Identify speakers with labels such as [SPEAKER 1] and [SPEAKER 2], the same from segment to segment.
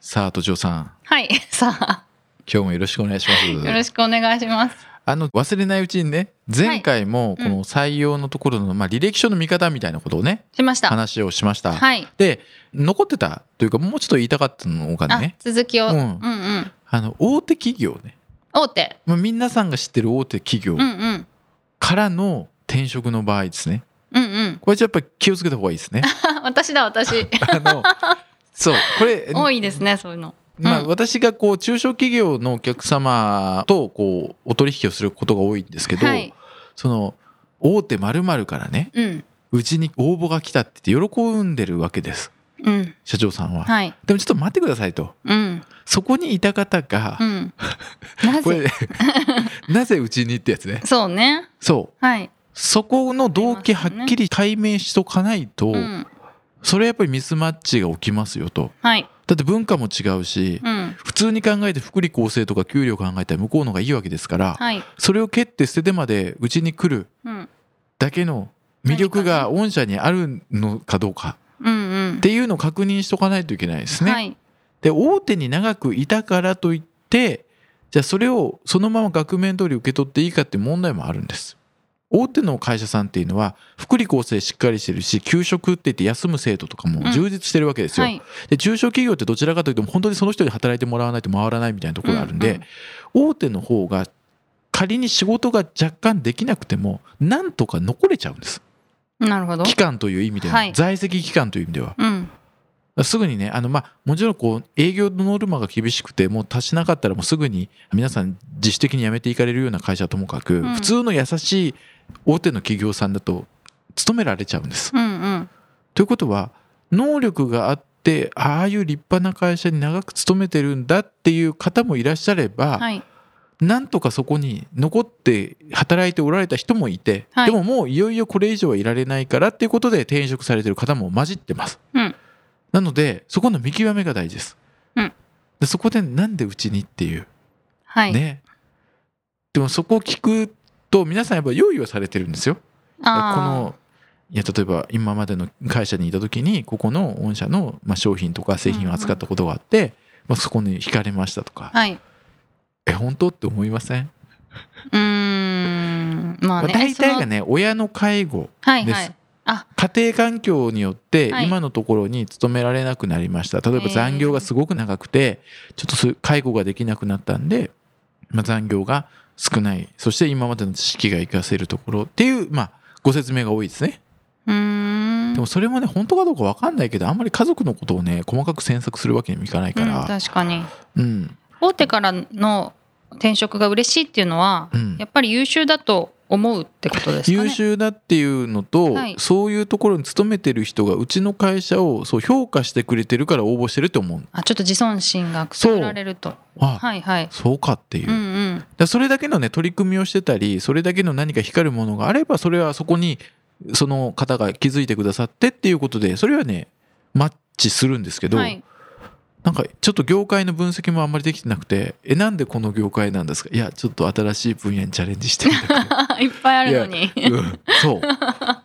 [SPEAKER 1] さあ都庁さん
[SPEAKER 2] はい さあ
[SPEAKER 1] 今日もよろしくお願いします
[SPEAKER 2] よろしくお願いします
[SPEAKER 1] あの忘れないうちにね前回も
[SPEAKER 2] は
[SPEAKER 1] こ
[SPEAKER 2] いうん
[SPEAKER 1] の採用のところの、まあ、履歴書の見方みたいなことをね
[SPEAKER 2] しました
[SPEAKER 1] 話をしました、
[SPEAKER 2] はい
[SPEAKER 1] で残ってたというかもうちょっと言いたかったのが
[SPEAKER 2] あ
[SPEAKER 1] ね
[SPEAKER 2] 続きを、
[SPEAKER 1] う
[SPEAKER 2] うんん、うん
[SPEAKER 1] あの大手企業ね、
[SPEAKER 2] 大手
[SPEAKER 1] まあ、皆さんが知ってる大手企業
[SPEAKER 2] うんうん
[SPEAKER 1] からの転職の場合ですね
[SPEAKER 2] うんうん
[SPEAKER 1] これやっぱり気をつけた方がいいですね
[SPEAKER 2] あ私だ私
[SPEAKER 1] あのそうこれ
[SPEAKER 2] 多いですねそういうの
[SPEAKER 1] まあ、
[SPEAKER 2] うん
[SPEAKER 1] 私がこう中小企業のお客様とこうお取引をすることが多いんですけど、
[SPEAKER 2] はい
[SPEAKER 1] その大手まるからね
[SPEAKER 2] うん
[SPEAKER 1] うちに応募が来たって言って喜んでるわけです
[SPEAKER 2] うん
[SPEAKER 1] 社長さんは、
[SPEAKER 2] はい
[SPEAKER 1] でもちょっと待ってくださいと
[SPEAKER 2] うん
[SPEAKER 1] そこにいた方が
[SPEAKER 2] う、んな
[SPEAKER 1] こ
[SPEAKER 2] ぜ
[SPEAKER 1] れ なぜうちにってやつね
[SPEAKER 2] そうね
[SPEAKER 1] そう
[SPEAKER 2] はい、
[SPEAKER 1] そこの動機はっきり解明しとかないと、
[SPEAKER 2] うん、
[SPEAKER 1] それはやっぱりミスマッチが起きますよと
[SPEAKER 2] はい
[SPEAKER 1] だって文化も違うし、
[SPEAKER 2] うん
[SPEAKER 1] 普通に考えて福利厚生とか給料考えたら向こうの方がいいわけですから、
[SPEAKER 2] はい
[SPEAKER 1] それを蹴って捨ててまでうちに来る
[SPEAKER 2] うん
[SPEAKER 1] だけの魅力が御社にあるのかどうか
[SPEAKER 2] うんうん
[SPEAKER 1] っていうのを確認しとかないといけないですね。
[SPEAKER 2] はい
[SPEAKER 1] で大手に長くいたからといってじゃあそれをそのまま額面通り受け取っていいかって問題もあるんです。大手の会社さんっていうのは福利厚生しっかりしてるし給食って言って休む制度とかも充実してるわけですよ。
[SPEAKER 2] はい
[SPEAKER 1] で中小企業ってどちらかというと本当にその人に働いてもらわないと回らないみたいなところがあるんで、大手の方が仮に仕事が若干できなくてもなんとか残れちゃうんです
[SPEAKER 2] うんなるほど
[SPEAKER 1] 期間という意味では、
[SPEAKER 2] はい
[SPEAKER 1] 在籍期間という意味では
[SPEAKER 2] うん
[SPEAKER 1] すぐにねあの、まあ、もちろんこう営業のノルマが厳しくてもう達しなかったらもうすぐに皆さん自主的に辞めていかれるような会社はともかく、
[SPEAKER 2] ん
[SPEAKER 1] 普通の優しい大手の企業さんだと勤められちゃうんです。
[SPEAKER 2] うんうん
[SPEAKER 1] ということは能力があってああいう立派な会社に長く勤めてるんだっていう方もいらっしゃれば、
[SPEAKER 2] はい
[SPEAKER 1] なんとかそこに残って働いておられた人もいて、
[SPEAKER 2] はい
[SPEAKER 1] でももういよいよこれ以上はいられないからっていうことで転職されてる方も混じってます。
[SPEAKER 2] うん
[SPEAKER 1] なのでそこの見極めが大事です。
[SPEAKER 2] うん
[SPEAKER 1] でそこでなんでうちにっていう
[SPEAKER 2] はい、
[SPEAKER 1] ね、でもそこを聞くと皆さんやっぱ用意はされてるんですよ。
[SPEAKER 2] あー
[SPEAKER 1] このいや例えば今までの会社にいた時にここの御社のまあ商品とか製品を扱ったことがあって、まあ、そこに惹かれましたとか、
[SPEAKER 2] はい。う
[SPEAKER 1] え本当って思いません、
[SPEAKER 2] ーん。まあ
[SPEAKER 1] まあ、
[SPEAKER 2] ね。
[SPEAKER 1] 大体が
[SPEAKER 2] ね。
[SPEAKER 1] ね親の介護
[SPEAKER 2] はい
[SPEAKER 1] で
[SPEAKER 2] は
[SPEAKER 1] す
[SPEAKER 2] い。あ、
[SPEAKER 1] 家庭環境によって
[SPEAKER 2] はい
[SPEAKER 1] 今のところに勤められなくなりました例え
[SPEAKER 2] え
[SPEAKER 1] ば
[SPEAKER 2] ー
[SPEAKER 1] 残業がすごく長くてちょっとそういう介護ができなくなったんで、まあ、残業が少ないそして今までの知識が活かせるところっていう、まあ、ご説明が多いですね。
[SPEAKER 2] うーん。
[SPEAKER 1] でも
[SPEAKER 2] うん
[SPEAKER 1] それもね本当かどうか分かんないけどあんまり家族のことをね細かく詮索するわけにもいかないから、
[SPEAKER 2] 確かに。
[SPEAKER 1] うん
[SPEAKER 2] 大手からの転職が嬉しいっていうのは、
[SPEAKER 1] うん
[SPEAKER 2] やっぱり優秀だと思うってことですかね。
[SPEAKER 1] 優。秀だっていうのと、
[SPEAKER 2] はい
[SPEAKER 1] そういうところに勤めてる人がうちの会社をそう評価してくれてるから応募してると思う
[SPEAKER 2] あ、ちょっと自尊心がくすぐられると。
[SPEAKER 1] あ、
[SPEAKER 2] はいはい。
[SPEAKER 1] そうかっていう、
[SPEAKER 2] うんう
[SPEAKER 1] だか
[SPEAKER 2] ん。
[SPEAKER 1] らそれだけのね取り組みをしてたりそれだけの何か光るものがあればそれはそこにその方が気づいてくださってっていうことでそれはねマッチするんですけど、
[SPEAKER 2] はい。
[SPEAKER 1] なんかちょっと業界の分析もあんまりできてなくて「えなんでこの業界なんですか?」いやちょっと新しい分野にチャレンジしてみた くて
[SPEAKER 2] いっぱいあるのに。
[SPEAKER 1] うんそう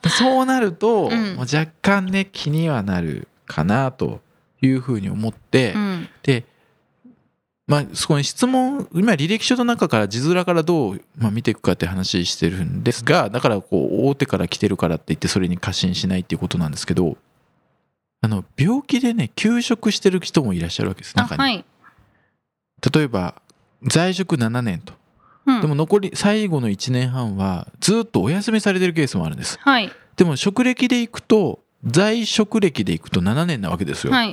[SPEAKER 1] でそうなると、
[SPEAKER 2] うん
[SPEAKER 1] まあ若干ね気にはなるかなというふうに思って、
[SPEAKER 2] うん。
[SPEAKER 1] でまあそこに質問今履歴書の中から字面からどう、まあ、見ていくかって話してるんですがだからこう大手から来てるからって言ってそれに過信しないっていうことなんですけどあの病気でね休職してる人もいらっしゃるわけです
[SPEAKER 2] あ、
[SPEAKER 1] 中に。
[SPEAKER 2] はい。
[SPEAKER 1] 例えば在職7年と
[SPEAKER 2] うん。
[SPEAKER 1] でも残り最後の1年半はずっとお休みされてるケースもあるんです
[SPEAKER 2] はい
[SPEAKER 1] でも職歴でいくと在職歴でいくと7年なわけですよ、
[SPEAKER 2] はい。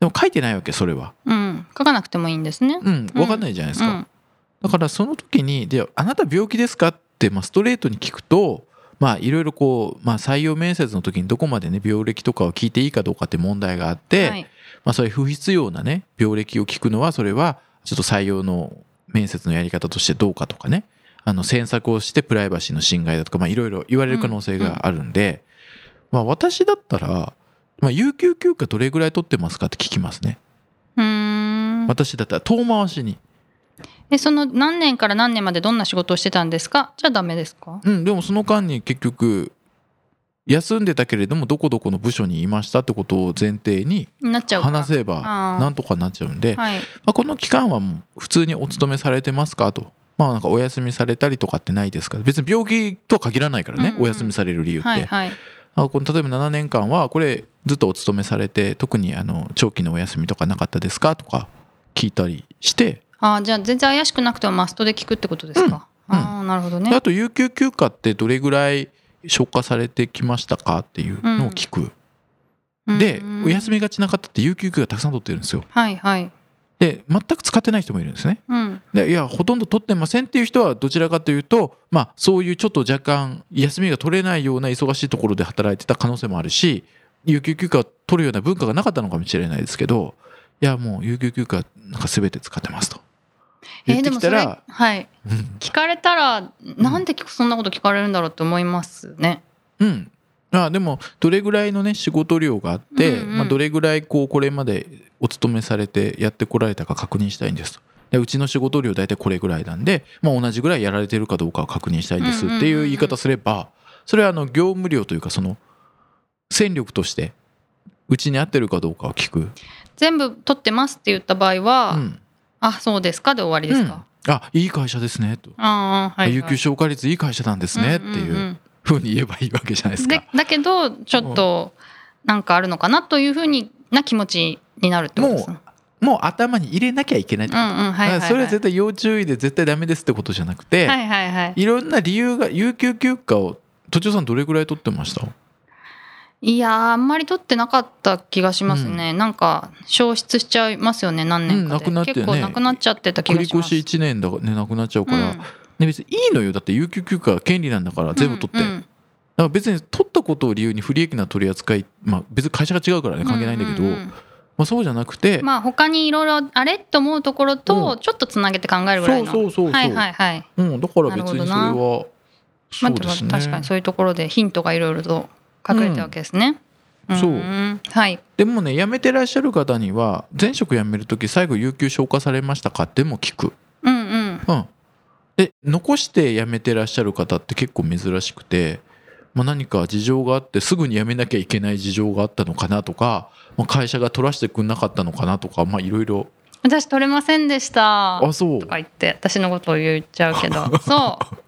[SPEAKER 1] でも書いてないわけそれは
[SPEAKER 2] うん。書かなくてもいいんですね。
[SPEAKER 1] うん分かんないじゃないです
[SPEAKER 2] う
[SPEAKER 1] か、
[SPEAKER 2] ん。
[SPEAKER 1] だからその時に「であなた病気ですか?」ってまあストレートに聞くとまあいろいろこう、まあ、採用面接の時にどこまでね病歴とかを聞いていいかどうかって問題があって、
[SPEAKER 2] はい。
[SPEAKER 1] まあ、そういう不必要なね病歴を聞くのはそれはちょっと採用の面接のやり方としてどうかとかねあの詮索をしてプライバシーの侵害だとかまあいろいろ言われる可能性があるんで、まあ、私だったら、まあ、有給休暇どれぐらい取ってますかって聞きますね
[SPEAKER 2] うーん
[SPEAKER 1] 私だったら遠回しに
[SPEAKER 2] えその何年から何年までどんな仕事をしてたんですかじゃあダメですか
[SPEAKER 1] うんでもその間に結局休んでたけれどもどこどこの部署にいましたってことを前提に
[SPEAKER 2] なっちゃうか
[SPEAKER 1] 話せば
[SPEAKER 2] あー
[SPEAKER 1] なんとかなっちゃうんで、
[SPEAKER 2] はい
[SPEAKER 1] まあ、この期間はもう普通にお勤めされてますかと。まあなんかお休みされたりとかってないですか別に病気とは限らないからね、
[SPEAKER 2] うんうん
[SPEAKER 1] お休みされる理由って、
[SPEAKER 2] はいはい
[SPEAKER 1] あこの例えば7年間はこれずっとお勤めされて特にあの長期のお休みとかなかったですかとか聞いたりして、
[SPEAKER 2] あーじゃあ全然怪しくなくてもマストで聞くってことですか、
[SPEAKER 1] うんうん
[SPEAKER 2] ああなるほど
[SPEAKER 1] で
[SPEAKER 2] ね
[SPEAKER 1] あと有給休暇ってどれぐらい消化されてきましたかっていうのを聞く、でお休
[SPEAKER 2] み
[SPEAKER 1] みがちな方って有給休暇たくさん取ってるんですよ
[SPEAKER 2] はいはい
[SPEAKER 1] で全く使ってない人もいるんですね
[SPEAKER 2] うん
[SPEAKER 1] でいやほとんど取ってませんっていう人はどちらかというと、まあ、そういうちょっと若干休みが取れないような忙しいところで働いてた可能性もあるし有給休暇を取るような文化がなかったのかもしれないですけどいやもう有給休暇なんか全て使ってますと言ってきた
[SPEAKER 2] れ
[SPEAKER 1] ら、
[SPEAKER 2] はい聞かれたらなんでそんなこと聞かれるんだろうって思いますね
[SPEAKER 1] うん、うんあでもどれぐらいのね仕事量があって、
[SPEAKER 2] うんうん
[SPEAKER 1] まあ、どれぐらいこうこれまでお勤めされてやってこられたか確認したいんですと。でうちの仕事量大体これぐらいなんで、まあ、同じぐらいやられてるかどうかを確認したいんです
[SPEAKER 2] うんうん
[SPEAKER 1] っ
[SPEAKER 2] うん
[SPEAKER 1] ていう言い方すればそれはあの業務量というかその戦力としてうちに合ってるかどうかを聞く、
[SPEAKER 2] 全部取ってますって言った場合は、
[SPEAKER 1] うん
[SPEAKER 2] あそうですかで終わりですか、
[SPEAKER 1] うんあいい会社ですねと、
[SPEAKER 2] ああはい、はい、
[SPEAKER 1] 有給消化率いい会社なんですねってい
[SPEAKER 2] んん
[SPEAKER 1] うんふうに言えばいいわけじゃないですか。
[SPEAKER 2] でだけどちょっとなんかあるのかなというふうにな気持ちになるってことですね
[SPEAKER 1] もう頭に入れなきゃいけないって
[SPEAKER 2] う
[SPEAKER 1] こと
[SPEAKER 2] んうんはいはい、
[SPEAKER 1] だか
[SPEAKER 2] は
[SPEAKER 1] ら
[SPEAKER 2] い、
[SPEAKER 1] それは絶対要注意で絶対ダメですってことじゃなくて、、
[SPEAKER 2] はいいはいはい
[SPEAKER 1] ろんな理由が有給休暇を都庁さんどれぐらい取ってました
[SPEAKER 2] いやーあんまり取ってなかった気がしますね、なんか消失しちゃいますよね何年かで、
[SPEAKER 1] うんなくなってね
[SPEAKER 2] 結構なくなっちゃってた気
[SPEAKER 1] 繰
[SPEAKER 2] が
[SPEAKER 1] り
[SPEAKER 2] しま
[SPEAKER 1] 越
[SPEAKER 2] す
[SPEAKER 1] し1年だ、ね、なくなっちゃうから、
[SPEAKER 2] うん
[SPEAKER 1] ね、別にいいのよだって有給休暇は権利なんだから全部取って、
[SPEAKER 2] うんうん
[SPEAKER 1] だから別に取ったことを理由に不利益な取り扱い、まあ、別に会社が違うからね関係ないんだけど、
[SPEAKER 2] うううん
[SPEAKER 1] まあ、そうじゃなくて、
[SPEAKER 2] まあ他にいろいろあれと思うところ
[SPEAKER 1] う
[SPEAKER 2] とちょっとつなげて考えるぐらいの
[SPEAKER 1] そうそうそうそう
[SPEAKER 2] はいはいはい
[SPEAKER 1] うん、だから別にそれ
[SPEAKER 2] なる
[SPEAKER 1] は
[SPEAKER 2] ま
[SPEAKER 1] そ
[SPEAKER 2] あ
[SPEAKER 1] うですね、
[SPEAKER 2] 確かにそういうところでヒントがいろいろと隠れてるわけですね、
[SPEAKER 1] うん
[SPEAKER 2] ん
[SPEAKER 1] そう
[SPEAKER 2] はい
[SPEAKER 1] でもね辞めてらっしゃる方には前職辞める時最後有給消化されましたかっても聞く
[SPEAKER 2] うんうん
[SPEAKER 1] うん、で残して辞めてらっしゃる方って結構珍しくて、まあ、何か事情があってすぐに辞めなきゃいけない事情があったのかなとか、まあ、会社が取らせてくれなかったのかなとかまあいろいろ
[SPEAKER 2] 私取れませんでした
[SPEAKER 1] あそう
[SPEAKER 2] とか言って私のことを言っちゃうけ どそう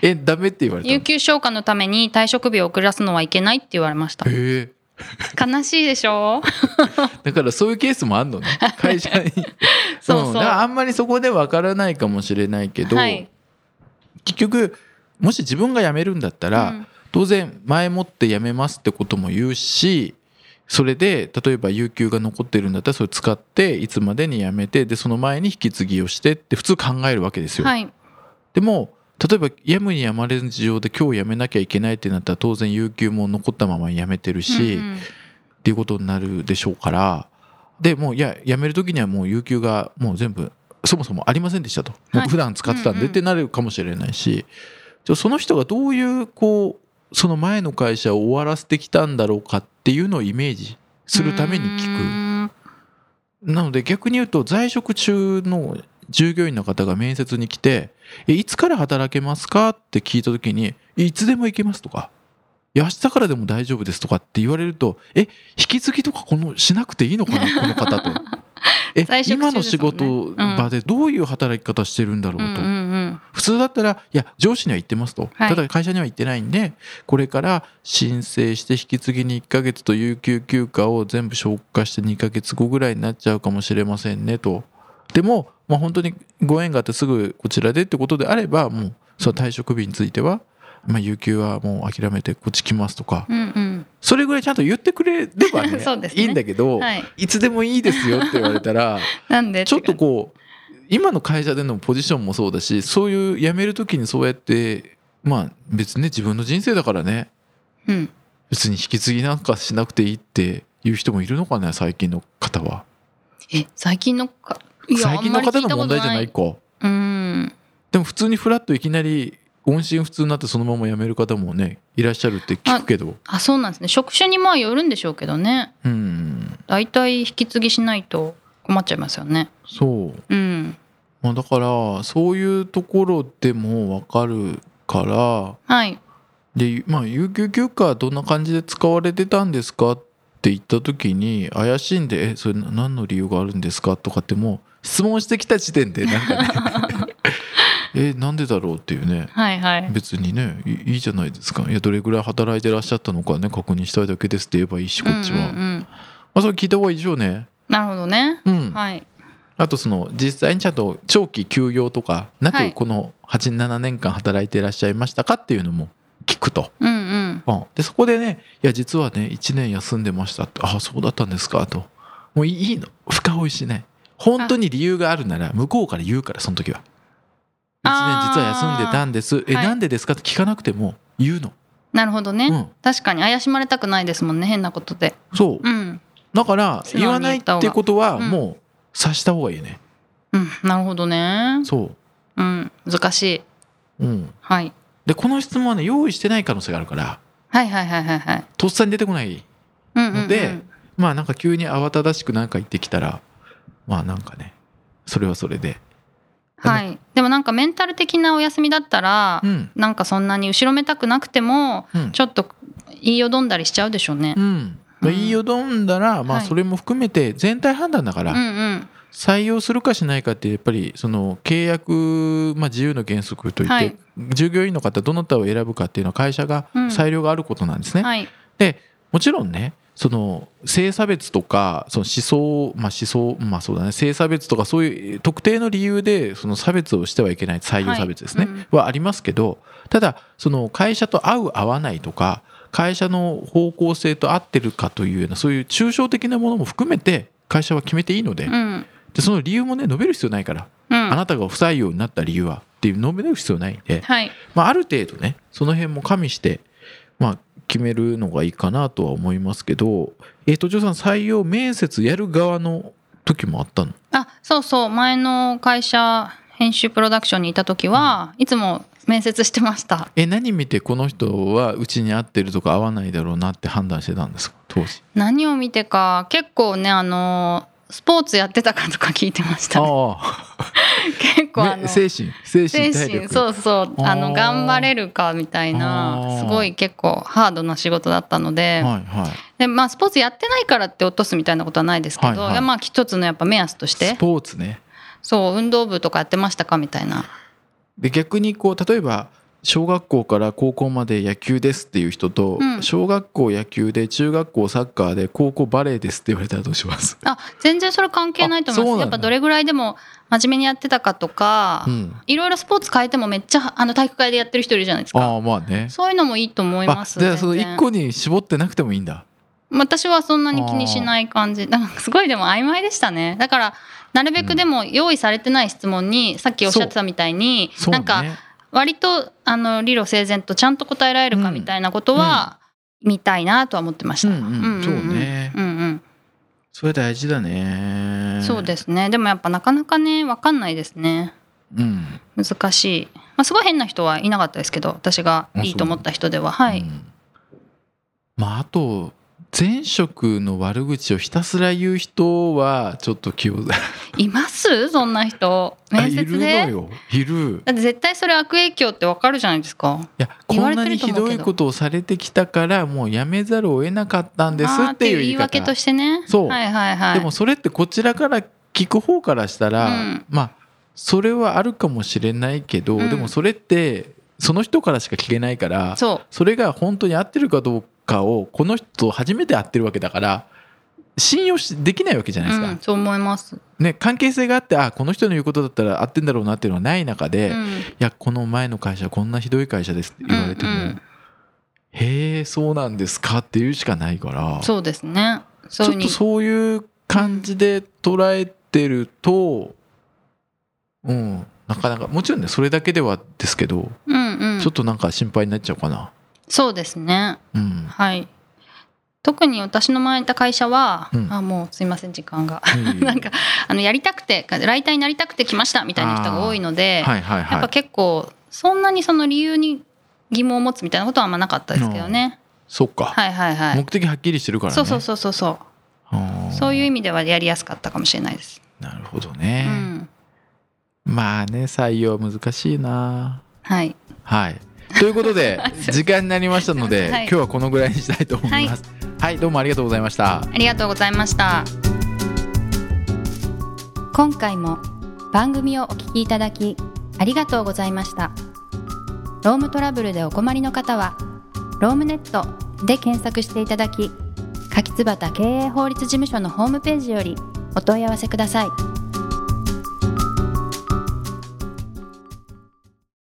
[SPEAKER 1] えダメって言われたの
[SPEAKER 2] 有給消化のために退職日を遅らすのはいけないって言われました
[SPEAKER 1] へえ
[SPEAKER 2] 悲しいでしょ
[SPEAKER 1] だからそういうケースもあんのね会社に
[SPEAKER 2] そうそうん
[SPEAKER 1] だからあんまりそこでわからないかもしれないけど、
[SPEAKER 2] はい
[SPEAKER 1] 結局もし自分が辞めるんだったら、
[SPEAKER 2] うん
[SPEAKER 1] 当然前もって辞めますってことも言うしそれで例えば有給が残ってるんだったらそれ使っていつまでに辞めてでその前に引き継ぎをしてって普通考えるわけですよ。
[SPEAKER 2] はい
[SPEAKER 1] でも例えばやむにやまれぬ事情で今日辞めなきゃいけないってなったら当然有給も残ったまま辞めてるし、
[SPEAKER 2] うんうん
[SPEAKER 1] っていうことになるでしょうからでもういや辞める時にはもう有給がもう全部そもそもありませんでしたと、
[SPEAKER 2] はい
[SPEAKER 1] 普段使ってたん
[SPEAKER 2] うん
[SPEAKER 1] で
[SPEAKER 2] う
[SPEAKER 1] っ
[SPEAKER 2] ん
[SPEAKER 1] てなるかもしれないし、じゃあその人がどういうこうその前の会社を終わらせてきたんだろうかっていうのをイメージするために
[SPEAKER 2] う
[SPEAKER 1] 聞
[SPEAKER 2] ーん
[SPEAKER 1] く。なので逆に言うと在職中の従業員の方が面接に来て「えいつから働けますか?」って聞いた時に「いつでも行けます」とか「いや明日からでも大丈夫です」とかって言われると「え引き継ぎとかこのしなくていいのか なこの方と」え、
[SPEAKER 2] 在職
[SPEAKER 1] 今
[SPEAKER 2] 中で
[SPEAKER 1] の
[SPEAKER 2] す
[SPEAKER 1] 仕
[SPEAKER 2] もんね
[SPEAKER 1] 事場でどういう働き方してるんだろう
[SPEAKER 2] う
[SPEAKER 1] と、
[SPEAKER 2] んうんうん
[SPEAKER 1] 普通だったら「いや上司には行ってますと」
[SPEAKER 2] はい
[SPEAKER 1] ただ会社には行ってないんでこれから申請して引き継ぎに1ヶ月と有給休暇を全部消化して2ヶ月後ぐらいになっちゃうかもしれませんねとでも、まあ、本当にご縁があってすぐこちらでってことであればもうその退職日については、まあ、有給はもう諦めてこっち来ますとか
[SPEAKER 2] うんうん
[SPEAKER 1] それぐらいちゃんと言ってくれればね
[SPEAKER 2] そうです
[SPEAKER 1] い
[SPEAKER 2] ね
[SPEAKER 1] いんだけど、
[SPEAKER 2] はいい、
[SPEAKER 1] つでもいいですよって言われたら。
[SPEAKER 2] なんで
[SPEAKER 1] ちょっと
[SPEAKER 2] てか
[SPEAKER 1] こう今の会社でのポジションもそうだしそういう辞める時にそうやってまあ別にね自分の人生だからね
[SPEAKER 2] うん
[SPEAKER 1] 別に引き継ぎなんかしなくていいっていう人もいるのかね最近の方は
[SPEAKER 2] え最近のかいや
[SPEAKER 1] 最近の方の問題じゃな
[SPEAKER 2] あんまり聞
[SPEAKER 1] い
[SPEAKER 2] たこ
[SPEAKER 1] か
[SPEAKER 2] とうん
[SPEAKER 1] でも普通にフラッといきなり音信不通になってそのまま辞める方もねいらっしゃるって聞くけど
[SPEAKER 2] あそうなんですね職種にまあよるんでしょうけどね
[SPEAKER 1] うん
[SPEAKER 2] 大体引き継ぎしないと困っちゃいますよね
[SPEAKER 1] そう、
[SPEAKER 2] うん
[SPEAKER 1] まあ、だからそういうところでも分かるから
[SPEAKER 2] はい
[SPEAKER 1] でまあ有給休暇どんな感じで使われてたんですかって言った時に怪しんで「えそれな何の理由があるんですか?」とかってもう質問してきた時点でなん かねえなんでだろうっていうね
[SPEAKER 2] はいはい
[SPEAKER 1] 別にねいいいじゃないですかいやどれぐらい働いてらっしゃったのかね確認したいだけですって言えばいいしこっちは、
[SPEAKER 2] うんう
[SPEAKER 1] ま
[SPEAKER 2] んうん
[SPEAKER 1] あそれ聞いた方がいいでしょうね
[SPEAKER 2] なるほどね
[SPEAKER 1] うん、
[SPEAKER 2] はい
[SPEAKER 1] あとその実際にちゃんと長期休業とかな
[SPEAKER 2] は
[SPEAKER 1] く
[SPEAKER 2] い
[SPEAKER 1] この87年間働いてらっしゃいましたかっていうのも聞くと、
[SPEAKER 2] うんうん
[SPEAKER 1] うん、でそこでね「いや実はね1年休んでました」って「ああそうだったんですか」と「もういいの深追いしない本当に理由があるなら向こうから言うからその時は1
[SPEAKER 2] あー
[SPEAKER 1] 年実は休んでたんですえ、
[SPEAKER 2] はい
[SPEAKER 1] なんでですか?」って聞かなくても言うの
[SPEAKER 2] なるほどね、
[SPEAKER 1] うん
[SPEAKER 2] 確かに怪しまれたくないですもんね変なことで
[SPEAKER 1] そう
[SPEAKER 2] うん
[SPEAKER 1] だから
[SPEAKER 2] 素直に
[SPEAKER 1] 言わないってことは
[SPEAKER 2] うん
[SPEAKER 1] もう察した方がいいね
[SPEAKER 2] うんなるほどね
[SPEAKER 1] そ
[SPEAKER 2] うん難しいう
[SPEAKER 1] うん
[SPEAKER 2] はい
[SPEAKER 1] でこの質問はね用意してない可能性があるから
[SPEAKER 2] はいはいはいはいはい
[SPEAKER 1] とっさに出てこない
[SPEAKER 2] うんうん、うん、
[SPEAKER 1] でまあなんか急に慌ただしくなんか言ってきたらまあなんかねそれはそれで
[SPEAKER 2] はいでもなんかメンタル的なお休みだったら、
[SPEAKER 1] うん
[SPEAKER 2] なんかそんなに後ろめたくなくても
[SPEAKER 1] うん
[SPEAKER 2] ちょっと言いよどんだりしちゃうでしょうね
[SPEAKER 1] う、んまあ、
[SPEAKER 2] うん
[SPEAKER 1] 言いよどんだら、まあ、
[SPEAKER 2] はい
[SPEAKER 1] それも含めて全体判断だか
[SPEAKER 2] う
[SPEAKER 1] ら、
[SPEAKER 2] ん、うん
[SPEAKER 1] 採用するかしないかってやっぱりその契約、まあ、自由の原則といって、
[SPEAKER 2] はい
[SPEAKER 1] 従業員の方どなたを選ぶかっていうのは会社が
[SPEAKER 2] うん
[SPEAKER 1] 裁量があることなんですね。
[SPEAKER 2] はい
[SPEAKER 1] もちろんねその性差別とかその思想まあ思想まあそうだね性差別とかそういう特定の理由でその差別をしてはいけない採用差別ですね、
[SPEAKER 2] は
[SPEAKER 1] はい
[SPEAKER 2] うん
[SPEAKER 1] ありますけどただその会社と合う合わないとか会社の方向性と合ってるかというようなそういう抽象的なものも含めて会社は決めていいので,、
[SPEAKER 2] うん
[SPEAKER 1] でその理由もね述べる必要ないから、
[SPEAKER 2] うん
[SPEAKER 1] あなたが不採用になった理由はっていう述べる必要ないんで、
[SPEAKER 2] はい
[SPEAKER 1] まあ、ある程度ねその辺も加味して、まあ、決めるのがいいかなとは思いますけどえっ、と嬢さん採用面接やる側の時もあったの
[SPEAKER 2] あそうそう前の会社編集プロダクションにいた時は、いつも面接してました
[SPEAKER 1] え何見てこの人はうちに合ってるとか合わないだろうなって判断してたんですか当時
[SPEAKER 2] 何を見てか結構ねあのスポーツやってたかとか聞いてました、ね、
[SPEAKER 1] あ
[SPEAKER 2] 結構あ
[SPEAKER 1] あ
[SPEAKER 2] の
[SPEAKER 1] め精神精
[SPEAKER 2] 精
[SPEAKER 1] 神体
[SPEAKER 2] 神
[SPEAKER 1] 力
[SPEAKER 2] そうそう
[SPEAKER 1] あー
[SPEAKER 2] あの頑張れるかみたいな
[SPEAKER 1] あー
[SPEAKER 2] すごい結構ハードな仕事だったので,、
[SPEAKER 1] はいはい
[SPEAKER 2] でまあ、スポーツやってないからって落とすみたいなことはないですけど、
[SPEAKER 1] はいはい
[SPEAKER 2] いやまあ一つのやっぱ目安とし
[SPEAKER 1] ス
[SPEAKER 2] て
[SPEAKER 1] ポーツね
[SPEAKER 2] そう運動部とかやってましたかみたいな
[SPEAKER 1] で逆にこう例えば小学校から高校まで野球ですっていう人と、
[SPEAKER 2] うん
[SPEAKER 1] 小学校野球で中学校サッカーで高校バレーですって言われたらどうします、
[SPEAKER 2] あ全然それ関係ないと思い
[SPEAKER 1] あそ
[SPEAKER 2] ま
[SPEAKER 1] う
[SPEAKER 2] す
[SPEAKER 1] な
[SPEAKER 2] や
[SPEAKER 1] ん
[SPEAKER 2] っ
[SPEAKER 1] だ
[SPEAKER 2] ぱどれぐらいでも真面目にやってたかとか、
[SPEAKER 1] うん、
[SPEAKER 2] いろいろスポーツ変えてもめっちゃあの体育会でやってる人いるじゃないですか
[SPEAKER 1] ああまあね
[SPEAKER 2] そういうのもいいと思います
[SPEAKER 1] あじゃあその
[SPEAKER 2] 全然
[SPEAKER 1] 一個に絞ってなくてもいいんだ
[SPEAKER 2] 私はそんなに気にしない感じだからすごいでも曖昧でしたねだからなるべくでも用意されてない質問に、さっきおっしゃってたみたいに、
[SPEAKER 1] そう
[SPEAKER 2] な
[SPEAKER 1] ね
[SPEAKER 2] んか割とあの理路整然とちゃんと答えられるかみたいなことは、見たいなとは思ってまし
[SPEAKER 1] う
[SPEAKER 2] た、
[SPEAKER 1] んうんそうね
[SPEAKER 2] うんうん
[SPEAKER 1] それ大事だね
[SPEAKER 2] そうですすねでもやっぱなかなかね分かんないですね
[SPEAKER 1] うん
[SPEAKER 2] 難しい、まあ、すごい変な人はいなかったですけど私がいいと思った人でははい、
[SPEAKER 1] うんまああと前職の悪口をひたすら言う人はちょっと気を
[SPEAKER 2] いますそんな人面
[SPEAKER 1] い
[SPEAKER 2] 接
[SPEAKER 1] るの
[SPEAKER 2] で
[SPEAKER 1] よいる
[SPEAKER 2] だって絶対それ悪影響ってわかるじゃないですか
[SPEAKER 1] いや
[SPEAKER 2] 言
[SPEAKER 1] こ
[SPEAKER 2] わ
[SPEAKER 1] ん
[SPEAKER 2] れ
[SPEAKER 1] な
[SPEAKER 2] て
[SPEAKER 1] に
[SPEAKER 2] ると
[SPEAKER 1] ひ
[SPEAKER 2] 思うけど
[SPEAKER 1] どいことをされてきたからもうやめざるを得なかったんです
[SPEAKER 2] あー
[SPEAKER 1] っていう言い
[SPEAKER 2] って
[SPEAKER 1] 方
[SPEAKER 2] 訳としてね
[SPEAKER 1] そう
[SPEAKER 2] はいはいはい
[SPEAKER 1] でもそれってこちらから聞く方からしたら、
[SPEAKER 2] うん
[SPEAKER 1] まあそれはあるかもしれないけど、
[SPEAKER 2] うん
[SPEAKER 1] でもそれってその人からしか聞けないからそ
[SPEAKER 2] そう
[SPEAKER 1] れが本当に合ってるかどうかをこの人と初めて会ってるわけだから信用しできないわけじゃないですか、
[SPEAKER 2] うん、そう思います、
[SPEAKER 1] ね、関係性があってあこの人の言うことだったら合ってんだろうなっていうのはない中で、
[SPEAKER 2] う
[SPEAKER 1] い
[SPEAKER 2] ん、
[SPEAKER 1] やこの前の会社こんなひどい会社ですって言われても、
[SPEAKER 2] うんうん
[SPEAKER 1] へえそうなんですかっていうしかないから
[SPEAKER 2] そうですねそう
[SPEAKER 1] ち
[SPEAKER 2] いうふう
[SPEAKER 1] ょっと
[SPEAKER 2] に
[SPEAKER 1] そういう感じで捉えてると、うん、なかなか、もちろんね、それだけではですけど、
[SPEAKER 2] うんうん
[SPEAKER 1] ちょっとなんか心配になっちゃうかな。
[SPEAKER 2] そうですね
[SPEAKER 1] うん。
[SPEAKER 2] はい特に私の前にいた会社は、
[SPEAKER 1] うん
[SPEAKER 2] あもうすいません時間が
[SPEAKER 1] いえい え
[SPEAKER 2] なんかあのやりたくてライターになりたくて来ましたみたいな人が多いので、
[SPEAKER 1] はいはい
[SPEAKER 2] やっ
[SPEAKER 1] は
[SPEAKER 2] ぱ
[SPEAKER 1] い
[SPEAKER 2] 結構そんなにその理由に疑問を持つみたいなことはあんまなかったですけどね、
[SPEAKER 1] そっか、
[SPEAKER 2] はいはいはい、
[SPEAKER 1] 目的はっきりしてるからね
[SPEAKER 2] そうそうそうそうそう
[SPEAKER 1] あー
[SPEAKER 2] そういう意味ではやりやすかったかもしれないです、
[SPEAKER 1] なるほど
[SPEAKER 2] う
[SPEAKER 1] ね、
[SPEAKER 2] ん、
[SPEAKER 1] まあね採用難しいな
[SPEAKER 2] はい
[SPEAKER 1] はいということ で時間になりましたので、
[SPEAKER 2] はい
[SPEAKER 1] 今日はこのぐらいにしたいと思いますはい、どうもありがとうございました
[SPEAKER 2] ありがとうございました今回も番組をお聞きいただきありがとうございましたロームトラブルでお困りの方はロームネットで検索していただき柿椿経営法律事務所のホームページよりお問い合わせください